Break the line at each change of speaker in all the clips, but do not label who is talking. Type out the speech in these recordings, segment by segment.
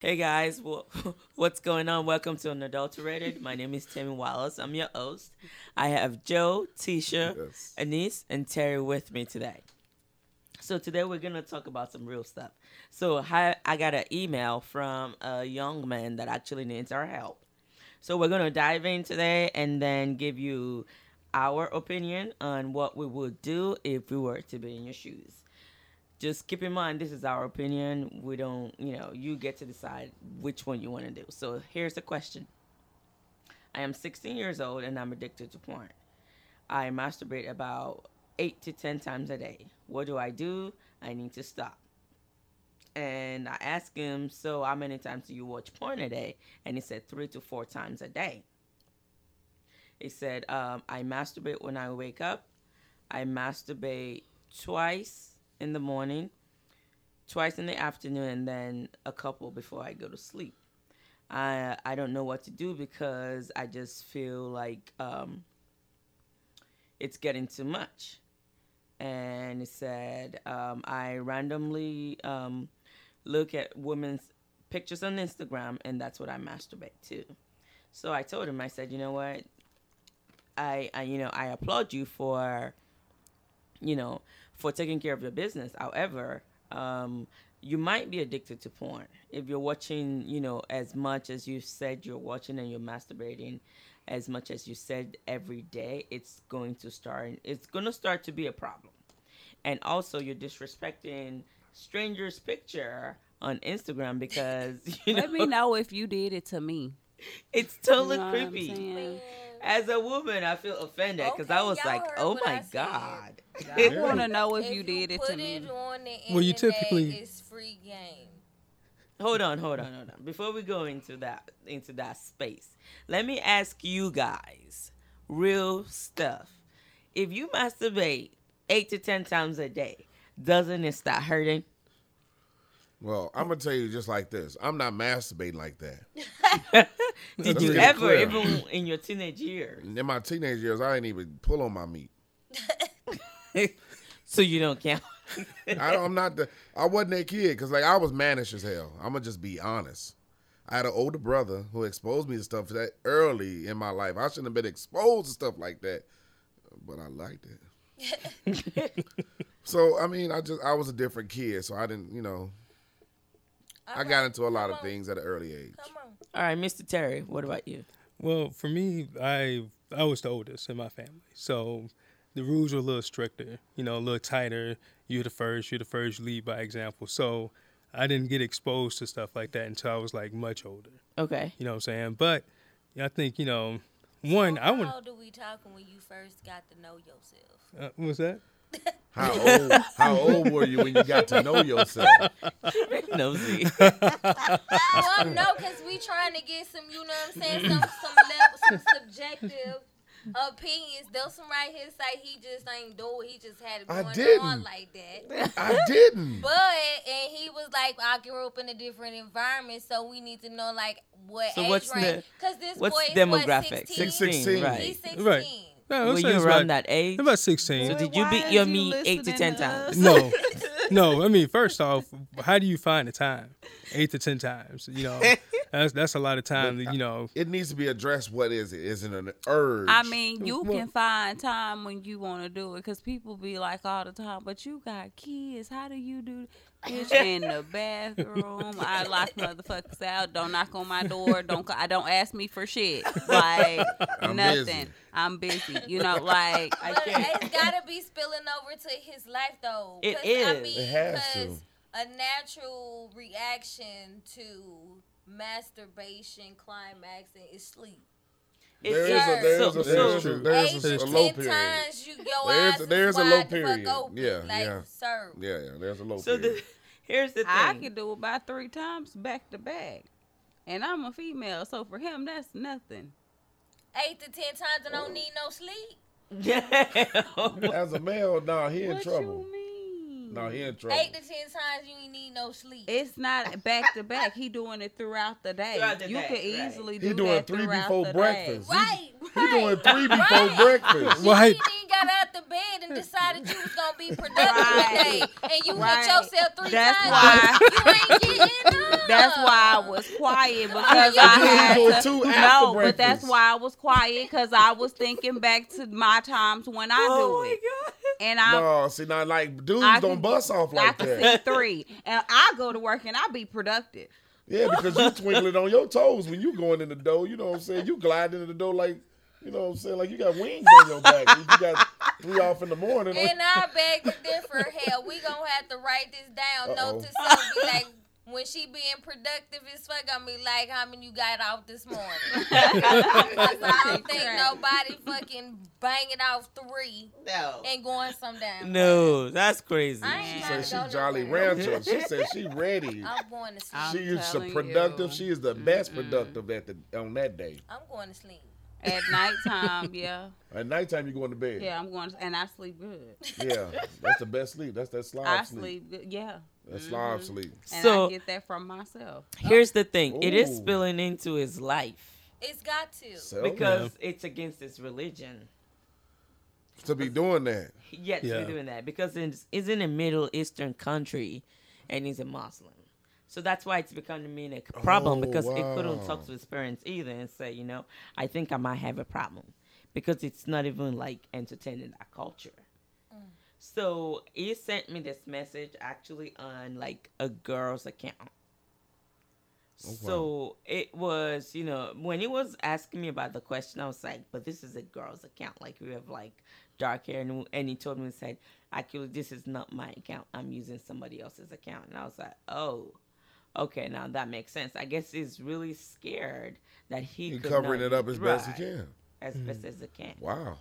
Hey guys, wha- what's going on? Welcome to Unadulterated. My name is Tammy Wallace. I'm your host. I have Joe, Tisha,
Yes.
Anise, and Terry with me today. So today we're gonna talk about some real stuff. So hi, I got an email from a young man that actually needs our help. So we're gonna dive in today and then give you our opinion on what we would do if we were to be in your shoes just keep in mind this is our opinion. We don't, you know, you get to decide which one you want to do. So here's the question. I am 16 years old and I'm addicted to porn. I masturbate about 8 to 10 times a day. What do I do? I need to stop. And I asked him, "So how many times do you watch porn a day?" And he said 3 to 4 times a day. He said, um, "I masturbate when I wake up. I masturbate twice in the morning, twice in the afternoon, and then a couple before I go to sleep. I I don't know what to do because I just feel like um, it's getting too much. And it said um, I randomly um, look at women's pictures on Instagram, and that's what I masturbate to. So I told him, I said, you know what, I, I you know I applaud you for you know, for taking care of your business. However, um, you might be addicted to porn if you're watching, you know, as much as you said you're watching and you're masturbating as much as you said every day. It's going to start. It's going to start to be a problem, and also you're disrespecting strangers' picture on Instagram because you know,
Let me know if you did it to me.
it's totally
You know what I'm
creepy.
saying?
As a woman, I feel offended because I
Okay,
was
y'all
like,
heard
"Oh
what I
my
said.
god."
I
Yeah.
want to know if,
If
you did it
put
to me.
It on the
Well, you
internet,
typically-
it's free game.
hold on hold on hold on before we go into that into that space let me ask you guys real stuff if you masturbate eight to ten times a day doesn't it start hurting
Well, I'm gonna tell you just like this. I'm not masturbating like that.
did
Let's
you
get it
ever
clear.
even in your teenage years
In my teenage years, I ain't even pull on my meat.
so you don't count
I, I'm not the. I wasn't that kid because like I was mannish as hell. I'm gonna just be honest. I had an older brother who exposed me to stuff that early in my life. I shouldn't have been exposed to stuff like that, but I liked it. so I mean, I just I was a different kid, so I didn't. You know, I got into a lot of things at an early age.
Come on.
all right mr terry what about you
Well, for me, I I was the oldest in my family, so the rules were a little stricter, you know, a little tighter. You're the first, you're the first, you lead by example. So I didn't get exposed to stuff like that until I was like much older.
okay
You know what I'm saying? But I think you know, one, I would.
How old are we talking when you first got to know yourself?
Uh, what was that?
How old? How old were you when you got to know yourself?
nosy
well, no, because we trying to get some, you know what I'm saying, some some level, some subjective opinions. Those some right here say he just ain't do it. He just had it
I
going
didn't.
on like that.
I didn't.
But and he was like, I grew up in a different environment, so we need to know like what
So
age
what's the-
range. Because this
what's
boy is
demographic
What, 16?
16,
He's
right
16.
Right. No, I
were
was
you
saying it's
around
about,
that age
About 16.
so
Boy,
did you
why
beat
is
your
you
meat eight to
listening
ten
to
times
us?
No, no. I mean, first off, how do you find the time? Eight to ten times. You know, that's that's a lot of time. You know,
It needs to be addressed. What is it? Is it an urge?
I mean, you
Well-
can find time when you want to do it because people be like all the time, but you got kids. How do you do Bitch, in the bathroom. I lock motherfuckers out. Don't knock on my door. Don't call, I don't ask me for shit. Like
I'm
nothing.
busy.
I'm busy. You know, like
I
But
can't.
it's gotta be spilling over to his life though.
It
'Cause,
is.
I mean,
It has to.
'cause A natural reaction to masturbation, climaxing is sleep.
There is
Yes.
a there's
so-
a there's
so-
a, there's a,
Eight
a
to
low
ten
period.
times you your
There's-
eyes is
there's a
wide
low
the fuck
period.
open.
Yeah,
like,
yeah.
Sir,
Yeah, yeah. There's a low
so
period.
the, here's the thing
I could do about three times back to back. And I'm a female, so for him that's nothing.
eight to ten times I don't need no sleep.
Oh
As a male, nah, he in
what
trouble.
you mean?
Nah, he in trouble.
Eight to ten times you ain't need no sleep.
it's not back to back. He doing it throughout the day.
Throughout the
you
day,
could
right.
easily do
He doing
that
three
throughout
before
the
breakfast.
Day.
right,
He
right.
doing three before breakfast.
She
Right.
ain't even got out the bed and decided you was gonna be productive today, and you
Right.
hit yourself three
That's
times. Why. You ain't getting up.
That's why I was quiet because
you
I
do
had
do
to,
it too
no,
after
but that's
breakfast.
why I was quiet because I was thinking back to my times when I
oh
do
my
it,
god.
and I
no, see now, like dudes
I
don't
can-
bust off
I
like
could
that.
see three, and I go to work and I be productive.
Yeah, because you twinkling on your toes when you going in the door. You know what I'm saying? You glide into the door like, you know what I'm saying? Like you got wings on your back. You got three off in the morning.
And I beg to differ. Hell, we gonna have to write this down.
Uh-oh.
Note to self, be like, when she being productive as fuck, I'm be like, how many you got out this morning? 'Cause I don't think nobody fucking banging off three
No.
and going some down.
No, that's crazy.
I ain't
She said
trying to
she
go
Jolly
nowhere.
Rancher. She said she ready.
I'm going to sleep.
I'm
she is so
telling
productive.
you.
She is the best productive at the on that day.
I'm going to sleep.
At nighttime, yeah,
At nighttime, you going to bed.
yeah, I'm going, to, and I sleep good.
Yeah, that's the best sleep. That's that slob
I
sleep.
sleep good, yeah,
That's slob sleep.
and
So-
I get that from myself.
Here's the thing. It is
Ooh.
spilling into his life
It's got to.
So
because it's against his religion.
to be doing that,
Yet to
Yeah.
be doing that because it's, it's in a Middle Eastern country, and he's a Muslim. So that's why it's becoming a problem
Oh,
because it
wow.
couldn't talk to his parents either and say, you know, I think I might have a problem because it's not even like entertaining that culture. So he sent me this message actually on like a girl's account.
Oh, wow.
So it was, you know, when he was asking me about the question, I was like, but this is a girl's account. Like, we have like dark hair. And, and he told me, he said, actually, this is not my account. I'm using somebody else's account. And I was like, oh, okay, now that makes sense. I guess he's really scared that he
he
could
covering
not-
it up as best he
Right,
can. Hmm.
As best as he can.
Wow,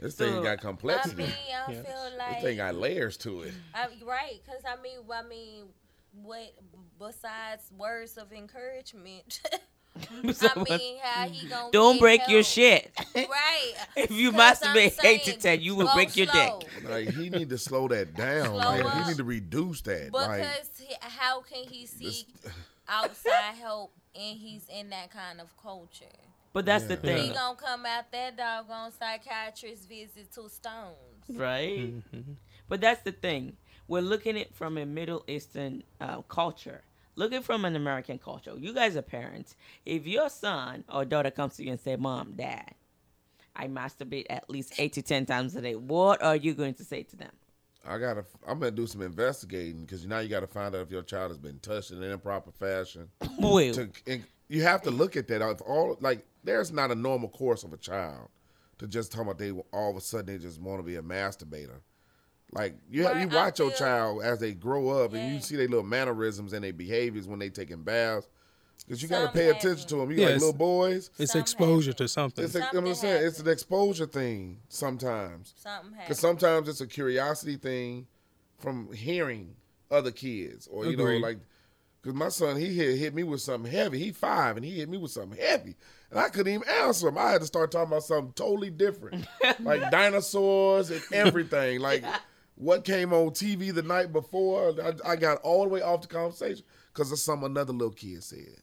this
So,
thing got
I
complexity.
mean, I
Yes.
feel
This
like
thing got layers to it.
I, right, because I mean, I mean, what besides words of encouragement?
So
I mean, how he gonna
don't
get
break your
help?
shit.
Right.
if you
'Cause I'm
masturbate
saying,
eight to ten, you will
go
break your
slow.
dick.
Like he need to slow that down.
Slow
like
up.
he need to reduce that. like
Because he, how can he seek outside help and he's in that kind of culture?
But that's the
Yeah.
thing,
He gonna come out that doggone psychiatrist visit to stones.
right? But that's the thing. We're looking at from a Middle Eastern uh, culture. Looking from an American culture. You guys are parents. If your son or daughter comes to you and say, "Mom, Dad, I masturbate at least eight to ten times a day," what are you going to say to them?
I gotta, I'm gonna do some investigating because now you gotta find out if your child has been touched in an improper fashion.
Well,
To, and you have to look at that. If all like, there's not a normal course of a child to just talk about they all of a sudden they just want to be a masturbator. Like you,
Right,
you
I
watch your
feel-
child as they grow up, and
Yeah.
you see their little mannerisms and their behaviors when they taking baths. Because you gotta
Some
pay attention
haven't.
to them. You
Yeah,
like
it's-
little boys.
It's
Some
exposure
happen.
to something.
It's a, I'm
Something
just saying, it's
happens.
an exposure thing sometimes.
Something happened.
Because sometimes it's a curiosity thing from hearing other kids, or you
Agreed.
know, like, because my son he hit hit me with something heavy. He five and he hit me with something heavy, and I couldn't even answer him. I had to start talking about something totally different, like dinosaurs and everything, like what came on TV the night before. I, I got all the way off the conversation because of something another little kid said.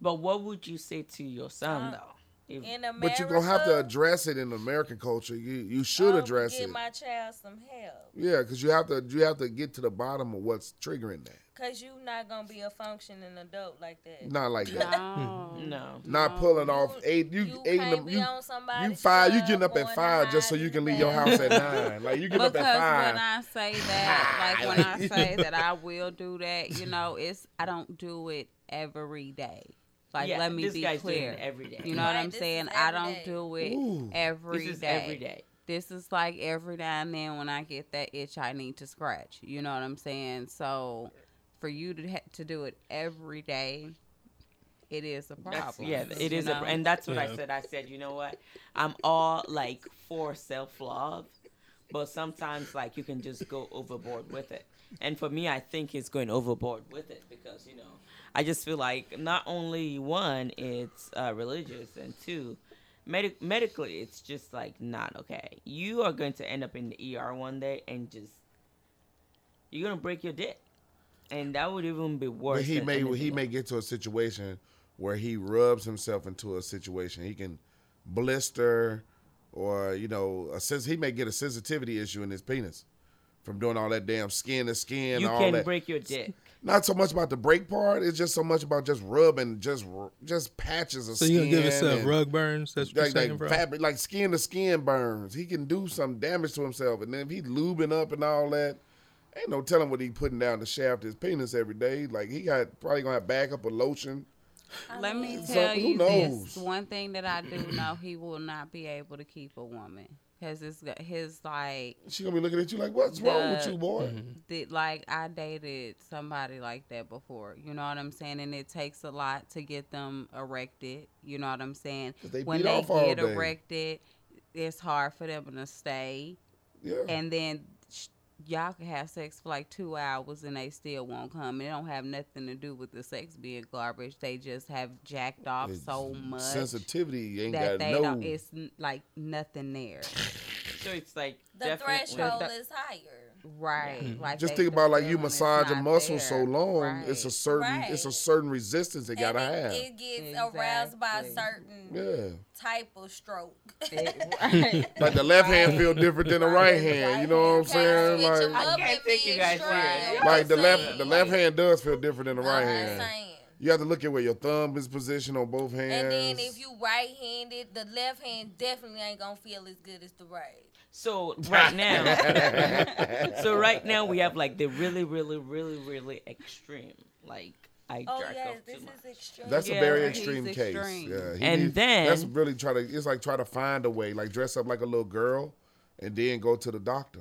but what would you say to your
Uh,
son though? If-
in America,
But you're gonna have to address it in American culture. You you should
I would
address
get
it.
my child some help.
Yeah, because you have to you have to get to the bottom of what's triggering that.
Cause you not gonna be a functioning adult like that.
Not like that.
No,
no.
Not pulling off eight. You,
you
eight.
can't
in the-
be
You,
on somebody's
you five. You
club
getting up
going
at five just so
hiding
you can
in the
leave your house at
bathroom.
nine. Like you get up
because
at
when
five.
I say that, like when I
Like-
say that I will do that, you know, it's I don't do it every day. Like
Yeah,
let me
this
be
guy's doing
clear.
it every day.
You know what
Right,
I'm
this is
saying? I
every
don't
day.
do it
Ooh.
every
this is
day.
every day.
This is like every now and then when I get that itch, I need to scratch. You know what I'm saying? So for you to ha- to do it every day, it is a problem.
That's, yeah, it
you
is, a,
know?
and that's what I
Yeah.
said. I said, you know what? I'm all like for self love, but sometimes like you can just go overboard with it. And for me, I think it's going overboard with it because you know I just feel like not only one, it's uh, religious, and two, medic medically, it's just like not okay. You are going to end up in the ER one day and just you're gonna break your dick, and that would even be worse.
But he
than
may he
anything
may get to a situation where he rubs himself into a situation. He can blister or you know, a sens- he may get a sensitivity issue in his penis from doing all that damn skin to skin.
You
all
can
that.
break your dick.
Not so much about the break part. It's just so much about just rubbing, just r- just patches of
So
skin.
you gonna give us uh,
and-
rug burns? That's what you're
like,
saying,
like,
bro.
fabric, like skin to skin burns. He can do some damage to himself, and then if he lubing up and all that, ain't no telling what he putting down the shaft of his penis every day. Like he got probably gonna have backup of lotion.
Let me
So,
tell
who
you
knows?
this: one thing that I do know, he will not be able to keep a woman because it's got- his like
She gonna be looking at you like, "What's wrong with
The-
you, boy?"
did like I dated somebody like that before. You know what I'm saying? And it takes a lot to get them erected. You know what I'm saying?
'Cause they
when
beat
they
off all
get
day.
erected, it's hard for them to stay.
Yeah,
And then sh- y'all can have sex for like two hours and they still won't come. It don't have nothing to do with the sex being garbage. They just have jacked off
It's-
so much
sensitivity ain't
that
got
they
no.
don't. It's n- like nothing there.
So it's like
The
definitely-
threshold
The-
is higher.
Right. Like
just
they-
think
the
about like you
feeling is
massaging
not
muscles so
there.
long, it's a
Right.
certain it's a
Right.
certain resistance they gotta
and
have.
it, it gets aroused by a
Exactly.
certain
yeah,
type of stroke.
It- right.
like the left hand
Right.
feel different than the right, hand. You know what I'm saying?
Switch 'em
Like,
I
up
can't
and
take you guys
mid-stride.
serious.
You know
like the
what I'm
left
saying?
the left
Like, Uh-huh,
hand does feel different than the right
I'm
hand.
saying.
You have to look at where your thumb is positioned on both hands.
And then if you right handed, the left hand definitely ain't gonna feel as good as the right.
So right now, so right now we have like the really, really, really, really extreme. Like I
Oh
jerk
yes,
off
this
too much.
is extreme.
that's
Yeah,
a very
he's
extreme case.
extreme.
Yeah, he
And
needs-
then-
that's really try to. It's like try to find a way, like dress up like a little girl, and then go to the doctor.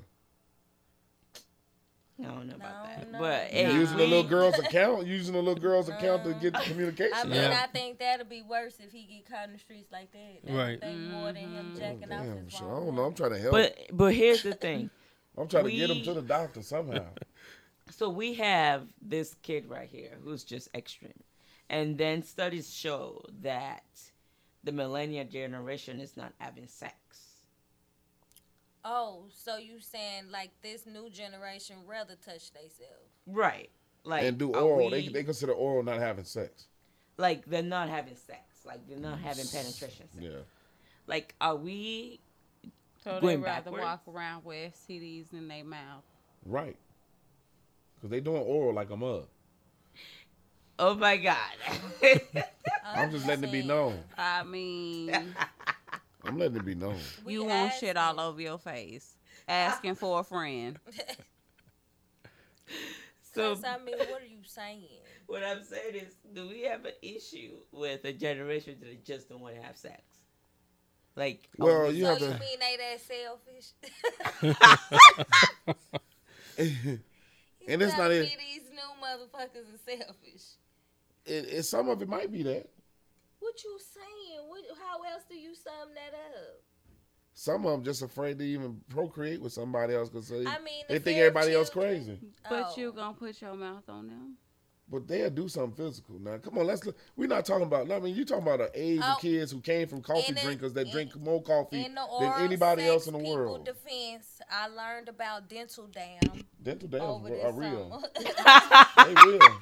I don't know about
No,
that,
no.
but
You're
if
using the
we-
little girl's account, using the little girl's account to get the
I
communication.
mean,
Yeah.
I think that'll be worse if he get caught in the streets like that. That's
Right.
thing more than him jacking off
Mm. Oh, Damn,
his
shit, I
wrong
don't know. I'm
woman.
trying to help.
But but here's the thing.
I'm trying to get him
we-
to the doctor somehow.
So we have this kid right here who's just extreme, and then studies show that the millennial generation is not having sex.
Oh, so you saying like this new generation rather touch themselves?
Right. Like
and do
are
oral. They
we-
they consider oral not having sex.
like they're not having sex. Like they're not having penetration. Sex.
Yeah.
Like are we
So they
Going
rather walk
backwards.
around with STDs in their mouth.
Right. Because they doing oral like a mug.
Oh my god.
I'm just letting it be
saying.
known.
I mean,
I'm letting it be known.
We
you want
asked
shit
him.
all over your face, asking for a friend.
so
Cause I mean, what are you saying?
what I'm saying is do we have an issue with a generation that just don't want to have sex? Like are
Well,
we-
You
so
have
you
to-
mean they that selfish?
And it's not
Gotta
it,
be These new motherfuckers are selfish.
it, it. Some of it might be that.
What you saying? What, how else do you sum that up?
Some of them just afraid to even procreate with somebody else because they,
I mean,
they
the
think
fair
everybody else
children-
crazy.
But
Oh.
you gonna put your mouth on them?
But they'll do something physical. Now, come on, let's. look- We're not talking about. I mean, you talking about an age
Oh,
of kids who came from coffee
in the-
drinkers that
in-
drink more coffee
In the
than
oral
anybody
sex
else in the
people
world.
defense, I learned about dental dam
Dental
over
dams
this
are real.
summer.
they real.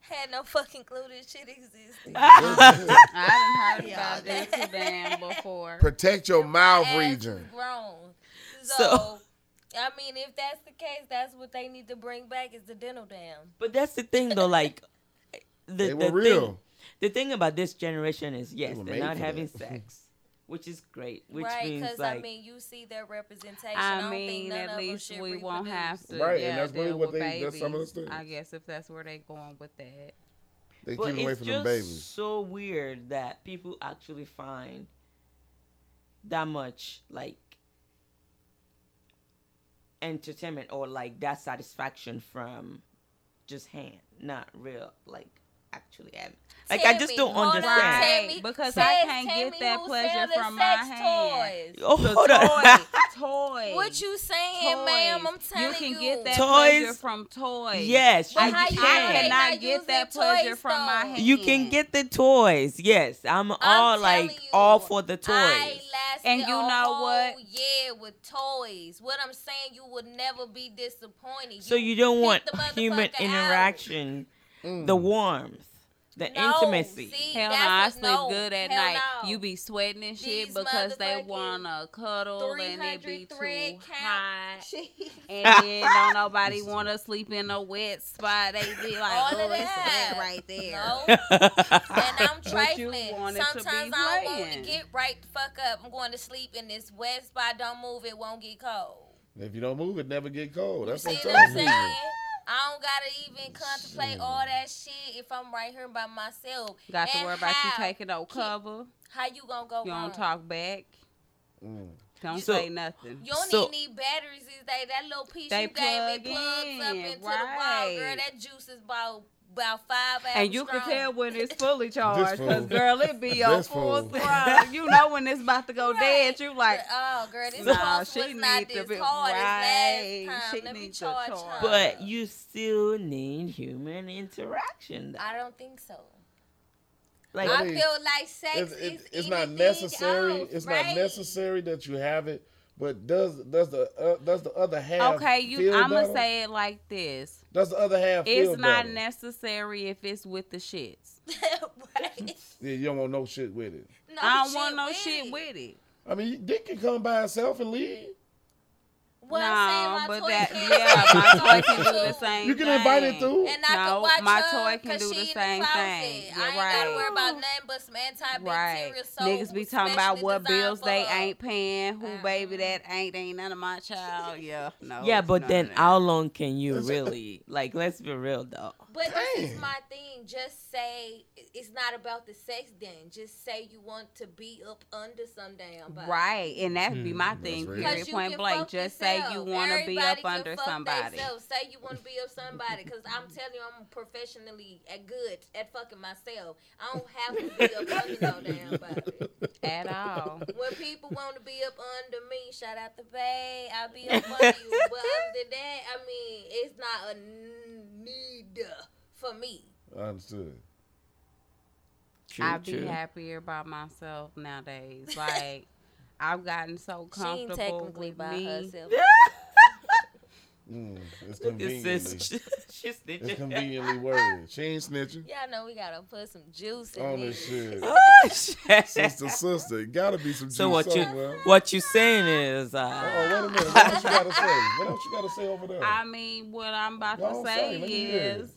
Had no fucking clue this shit existed.
Yes, yes.
I done heard
Yeah.
about dental dam before.
Protect your mouth
ass is
region.
grown. So,
So-
I mean, if that's the case, that's what they need to bring back is the dental dam.
But that's the thing though, like the,
They were
the Thing,
real.
the thing about this generation is yes,
were
they are
made
not
for
having
that.
sex. Which is great, which
right?
means
Because
like
I mean, you see their representation. I,
I
don't think
mean,
none
at
of 'em
least
should
we won't
reproduce.
have to.
Right, and
yeah,
that's really
deal
what
with
they- that's some of
babies,
the things.
I guess if that's where they going with that.
They keep
But
away
it's
from them
just
babies.
so weird that people actually find that much like entertainment or like that satisfaction from just hand, not real like actually having. Like I just
Tammy,
don't
hold on,
understand.
Tammy.
Because
Says
I can't
Tammy
get that
who
pleasure
sell the
from my
sex
hand.
toys.
Oh,
The
hold on.
toy, toy.
What you saying,
toys.
ma'am? I'm telling you.
you can get that
Toys?
pleasure from toys.
yes,
But
you
how
I,
you
can.
they not
cannot get that
using toys,
pleasure from my
though?
hand.
You can get the toys. Yes, I'm all
telling
like
you,
all for the toys.
I lasted
And you
a
know
whole
what?
year with toys. What I'm saying, you would never be disappointed.
so you don't want
pick the
human
motherfucker out.
Mm.
interaction, the warmth. The
No,
intimacy.
see,
Hell no, I
that's
sleep
a no.
good at
Hell
night.
no.
You be sweating and shit
These
because they
motherfucking
wanna cuddle and it be
300 thread
too
count.
hot.
Shit.
And then don't nobody wanna sleep in a wet spot. They be like,
All of
oh, it's
that.
wet right there.
No.
I
and I'm
But you
trifling.
want it to be
Sometimes I don't want to
playing.
get right the fuck up. I'm going to sleep in this wet spot. Don't move. It won't get cold.
If you don't move, it never get cold. That's
See
what
what I'm
I'm
saying?
telling you.
I don't gotta even contemplate all that shit if I'm right here by myself.
Got to
And
worry about you
how?
taking no cover.
How you gonna go?
You
wrong?
don't talk back.
Mm.
Don't
So-
say nothing.
You don't
So-
even need batteries these days. That little piece
They
you gave me
plug
plugs up
in,
into the wall, girl.
right.
That juice is about about five hours.
And you can
strong.
tell when it's fully charged,
fool.
cause girl, it be on
This
full
fool.
throttle. You know when it's about to go
Right.
dead. You like,
oh, girl, this
Nah,
pulse
she
was not
need to
this
be-
hard
right.
as last time.
She
Let me
need to
charge
charge.
her.
but you still need human interaction. Though.
I don't think so.
Like
I
I mean,
feel like sex
It's,
is
it- it's not
anything
necessary.
else,
it's not
right?
necessary that you have it, but does does the uh, does the other half?
okay, you.
feel
I'm gonna
better?
say it like this:
does the other half feel
It's not
better?
necessary if it's with the shits.
right?
Yeah, you don't want no shit with it.
No
I don't want
shit
no
with
shit
it.
with it.
I mean, dick can come by itself and leave.
Well,
no,
I'm saying my
but
toy
that
can
yeah, my toy can do the
too.
same.
You can invite it
thing.
through.
And I
No,
can watch
my
her
toy can
'cause
do
she
the
in
same
closet.
thing. Yeah,
I ain't gotta
right.
worry about nothing but some antibacterial
Right,
soap.
niggas be talking about
specially
what
designed
bills
for
they
her.
ain't paying, who baby
Uh-uh.
that ain't, ain't none of my child. Yeah, no.
yeah,
it's
but
none
then
of that.
how long can you really? Like, let's be real though.
But this is
Dang.
my thing. Just say it- it's not about the sex. Then just say you want to be up under some damn body.
Right, and that'd be my
Mm,
thing.
that's real.
Period.
Because you
Point
can
blank,
fuck
just say you
yourself.
want to be up
Everybody can
under
fuck
somebody.
theyself. Say you want to be up somebody. Because I'm telling you, I'm professionally at good at fucking myself. I don't have to be up under no damn body.
At all,
When people want to be up under me, shout out to Bay. I'll be up under you. But other than that, I mean, it's not a need for me.
Understood.
True,
I'd be
true.
happier by myself nowadays. Like I've gotten so
She ain't
comfortable
technically
with
by
me.
herself.
Mm, it's
This
conveniently.
is she's
it's
snitching.
conveniently worded. She ain't snitching
Y'all know we gotta put some juice in
on
it.
this shit.
Oh, shit.
sister, sister, it gotta be some.
So what
juice
you-
somewhere.
What you saying is, uh,
Oh, wait a minute. What else you gotta say? What else you gotta say over there?
I mean, what I'm about
Go
to
on,
say
say it. Let me hear it.
is,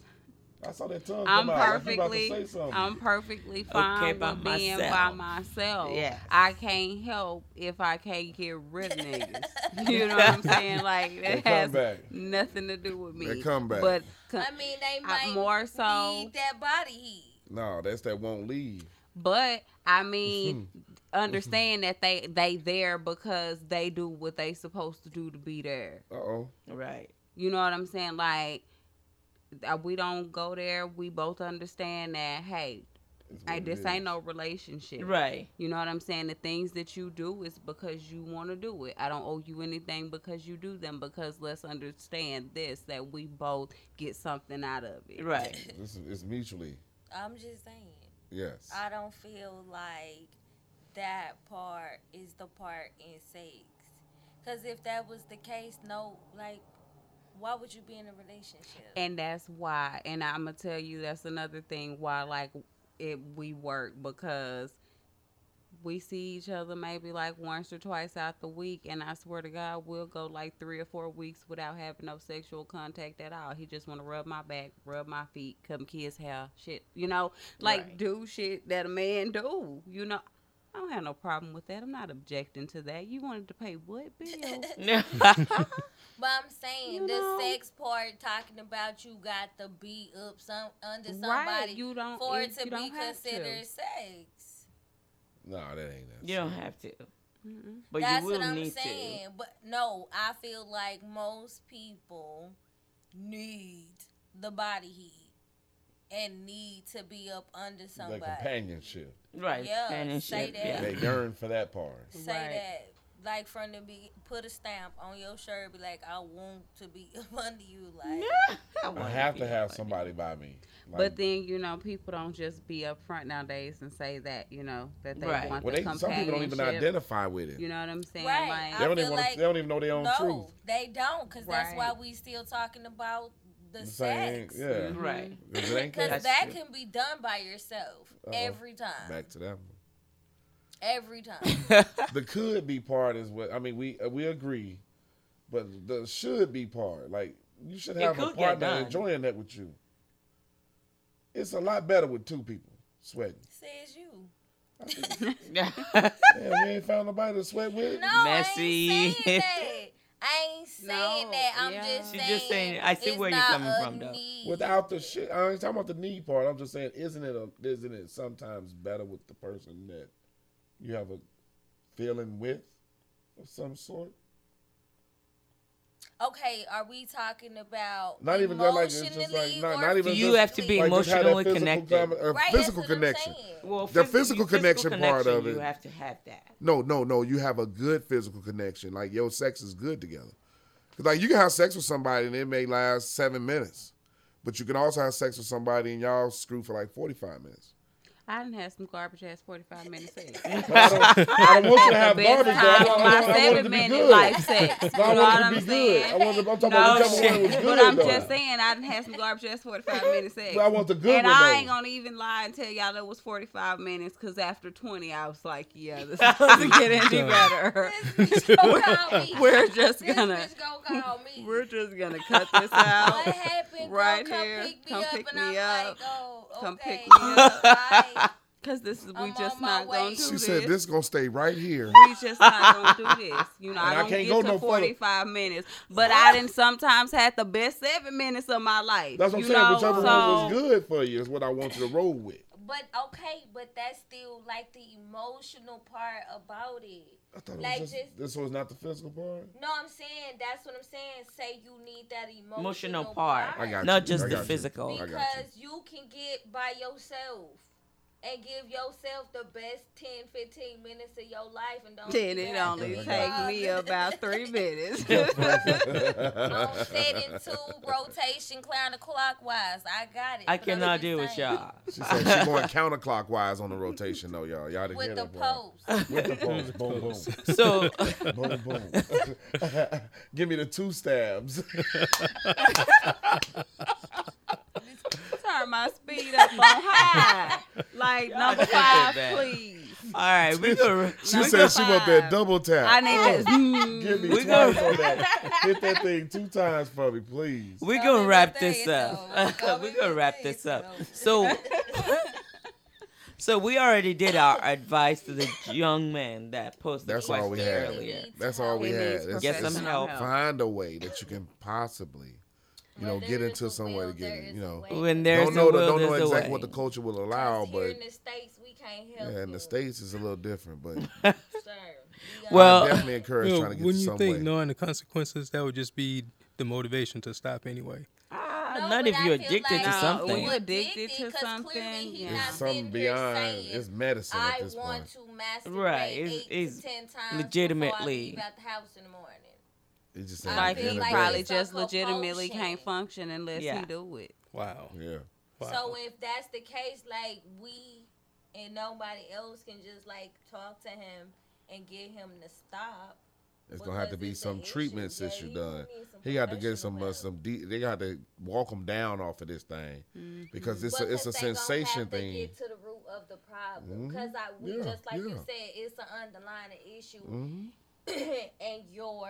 I saw that tongue
I'm
come out. You about to say
perfectly,
something.
I'm perfectly fine
by
with being by
myself.
myself.
Yes.
I can't help if I can't get rid of niggas. You know what I'm saying? Like
They
that
come
has
back.
nothing to do with me.
They come back.
But co-
I mean, they might
I- more so.
need that body heat.
No, that's that won't leave.
But I mean, understand that they they there because they do what they supposed to do to be there.
Uh oh.
right?
You know what I'm saying? Like uh, we don't go there. We both understand that. Hey, hey this ain't no relationship.
Right.
You know what I'm saying? The things that you do is because you want to do it. I don't owe you anything because you do them. Because let's understand this that we both get something out of it.
Right.
This is, it's mutually.
I'm just saying.
Yes.
I don't feel like that part is the part in sex. Cause if that was the case, no, like, why would you be in a relationship?
and that's why and i'm gonna tell you that's another thing why like it we work because we see each other maybe like once or twice out the week and i swear to god we'll go like three or four weeks without having no sexual contact at all he just want to rub my back rub my feet come kiss hair shit you know like
Right.
do shit that a man do you know I don't have no problem with that. I'm not objecting to that. You wanted to pay what bill?
But I'm saying
You
the
know?
sex part talking about you got to be up some under somebody
right? You don't.
for
it-
it to
you
be
don't have to.
considered sex.
no, that ain't that.
you don't have to,
Mm-mm.
but
That's
you will
what I'm
need
saying. But no, I feel like most people need the body heat and need to be up under
That
somebody.
companionship.
to. Right.
Yeah, say
companionship.
that.
Yeah.
They yearn for that part.
Say
Right.
that. Like from the be put a stamp on your shirt, be like, I want to be up under you. Like,
I
wanna
have
be
to have
like-
somebody by me. Like,
But then you know, people don't just be upfront nowadays and say that you know that they
Right.
want
well,
the
they, some people don't even
companionship.
identify with it.
You know what I'm saying?
Right.
they
Like,
don't
I
even
feel
want.
like-
they don't even know their own
no,
truth.
they don't, because that's why
Right.
we still talking about the
Same,
sex.
yeah.
Right.
If it ain't Uh-huh.
That's
Because that
true.
can be done by yourself every time.
Back to that one.
Every time.
The could be part is what I mean. We uh, we agree, but the should be part, like you should
It
have a
could get
partner
done.
enjoying that with you. It's a lot better with two people sweating.
Says you.
Man, we ain't found nobody to sweat with.
No,
Messy.
I ain't saying that. I ain't saying
No,
that. I'm
yeah.
just
She
saying.
just saying- I see
it's
where you're
not
coming
a
from, though.
need.
Without the shit, I ain't talking about the need part. I'm just saying, isn't it a, isn't it sometimes better with the person that you have a feeling with of some sort?
Okay, are we talking about
Not even that, like, it's just like,
emotionally
not-
or
not even
Do you
just-
have to be
Like, just have that
emotionally
physical
connected?
com- a
right, that's
physical
what I'm
connection.
saying.
well,
The
phys-
physical connection part of
You
it.
have to have that.
No, no, no. You have a good physical connection. Like your sex is good together. 'Cause, like you can have sex with somebody and it may last seven minutes, but you can also have sex with somebody and y'all screw for like forty five minutes.
I didn't have some garbage ass 45 minutes. sex.
But I don't, I don't want you to have
the
garbage.
best
though. I,
time of my
want- I want it
seven
to be
minute
good.
life sex.
No,
You
I
know what
want it
I'm
to be good. I
saying?
want. I'm talking about
No,
whichever one was good.
But I'm
though.
just saying, I didn't have some garbage ass 45 minutes sex.
But I want the good
and
one.
I
though.
ain't gonna even lie and tell y'all it was 45 minutes because after 20, I was like, yeah, this doesn't get any better.
This bitch gonna call me.
We're just
This
gonna,
bitch gonna call me.
we're just gonna cut this
what
out.
happened?
right
Right come
here.
pick me
Come
up,
pick
and
me up.
I'm like, oh, okay.
Come pick me up.
Right.
Cause this is, we
I'm
just
on my
not gonna
way.
do
She
this.
said this gonna stay right here.
we just not gonna do this. You know, I
And I
don't
can't
get
go
to
no further.
45 minutes, but I didn't sometimes had the best seven minutes of my life.
That's what I'm
you
saying.
Know?
Whichever
so,
one was good for you is what I want you to roll with.
But okay, but that's still like the emotional part about it.
I thought it was
Like
just,
just-
this was not the physical part.
No, I'm saying that's what I'm saying. Say you need that emotional,
Emotional part.
part.
I got
Not
you.
just
I
the
got you.
physical.
I got you.
because you can get by yourself and give yourself the best 10, 15 minutes of your life and don't
Then
you
it
have
only
to be
take me
robbed.
about three minutes.
on set in two rotation counterclockwise. I got it.
I
But I'm
cannot
just
deal with
saying,
y'all.
She said she going counterclockwise on the rotation though, y'all. Y'all didn't hear
With the
that part.
pose.
With the pose. boom, boom,
So
boom, boom. Give me the two stabs.
Turn my speed up on high. Like number
take that
five,
back.
please.
all right, we gonna
She
Number
said she want that
five.
double tap.
I need this.
Give me
We
twice
go-
on that. Hit that thing two times for me, please.
we
Go
gonna
with
wrap
your
this
thing,
up.
though. Go
we
with
gonna
your
wrap
thing,
this up.
though.
So, so we already did our advice to the young man that posted
That's
the question
all we had.
earlier.
That's all we
It
had.
needs
It's-
Get some
it's-
help.
Find a way that you can possibly, you know,
When
get
there's
into
a
some way
will,
to get
there
it.
is
You
a
know,
way.
When there's
don't know
a will,
the, don't know
there's a
exactly
way.
what the culture will allow,
Us here
but
in the states, we can't help.
yeah, in
you,
the states it's a little different. But
sir. We are-
Well-
I definitely encourage
You know,
trying to get to
wouldn't you
some
think
way.
knowing the consequences that would just be the motivation to stop anyway?
Ah,
No,
not
but
if
I
you're
feel
addicted
like
to
No,
something.
we
you're
Addicted to
'cause clearly
something,
he
yeah.
not
it's
I've
something
sitting here
beyond.
saying,
It's medicine
I
at this
want
point.
to masturbate
Right, it's-
eight
it's
to ten times before I
legitimately-
leave out the house in the morning.
It just ain't
Like he
feel
gonna
like
do
probably
it.
it's
just
like a
legitimately
potion.
can't function unless
Yeah.
he do it.
Wow.
yeah.
wow.
So if that's the case, like we and nobody else can just like talk to him and get him to stop.
It's gonna have to
because
be
it's
some
an issue.
treatments
Yeah,
issue
he
done.
need some
He got to get
professional
some uh,
help. Mm-hmm.
some. De- they got to walk him down off of this thing because it's
But
a, it's
'cause
a
they gonna
sensation
have to
thing.
Get to the root of the problem
Mhm.
because I we
Yeah,
just like you
yeah.
said, it's an underlying issue,
hmm
and your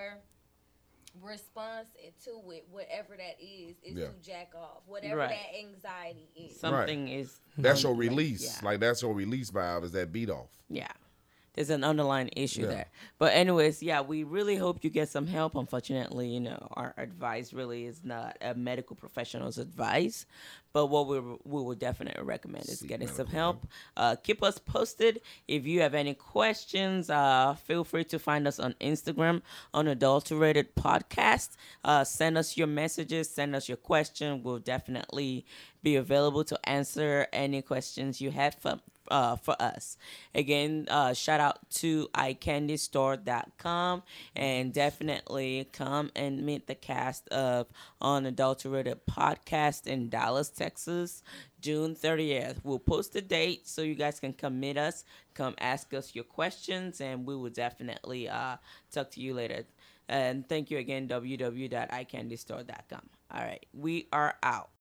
response to it, whatever that is, is
Yeah.
to jack off. Whatever
Right.
that anxiety is.
Something is
That's your
like,
release.
Mm-hmm. yeah.
Like that's your release valve is that beat off.
Yeah. There's an underlying issue
Yeah.
there. But anyways, yeah, we really hope you get some help. Unfortunately, you know, our advice really is not a medical professional's advice, but what we we will definitely recommend is
Seek
getting some
medical
help. Uh, keep us posted. If you have any questions, uh, feel free to find us on Instagram on Adulterated Podcast. Uh, send us your messages. Send us your question. We'll definitely be available to answer any questions you have for uh, for us. Again, uh, shout out to iCandyStore.com and definitely come and meet the cast of Unadulterated Podcast in Dallas, Texas, June 30th. We'll post the date so you guys can come meet us, come ask us your questions, and we will definitely uh, talk to you later. And thank you again, www.icandystore.com. All right, we are out.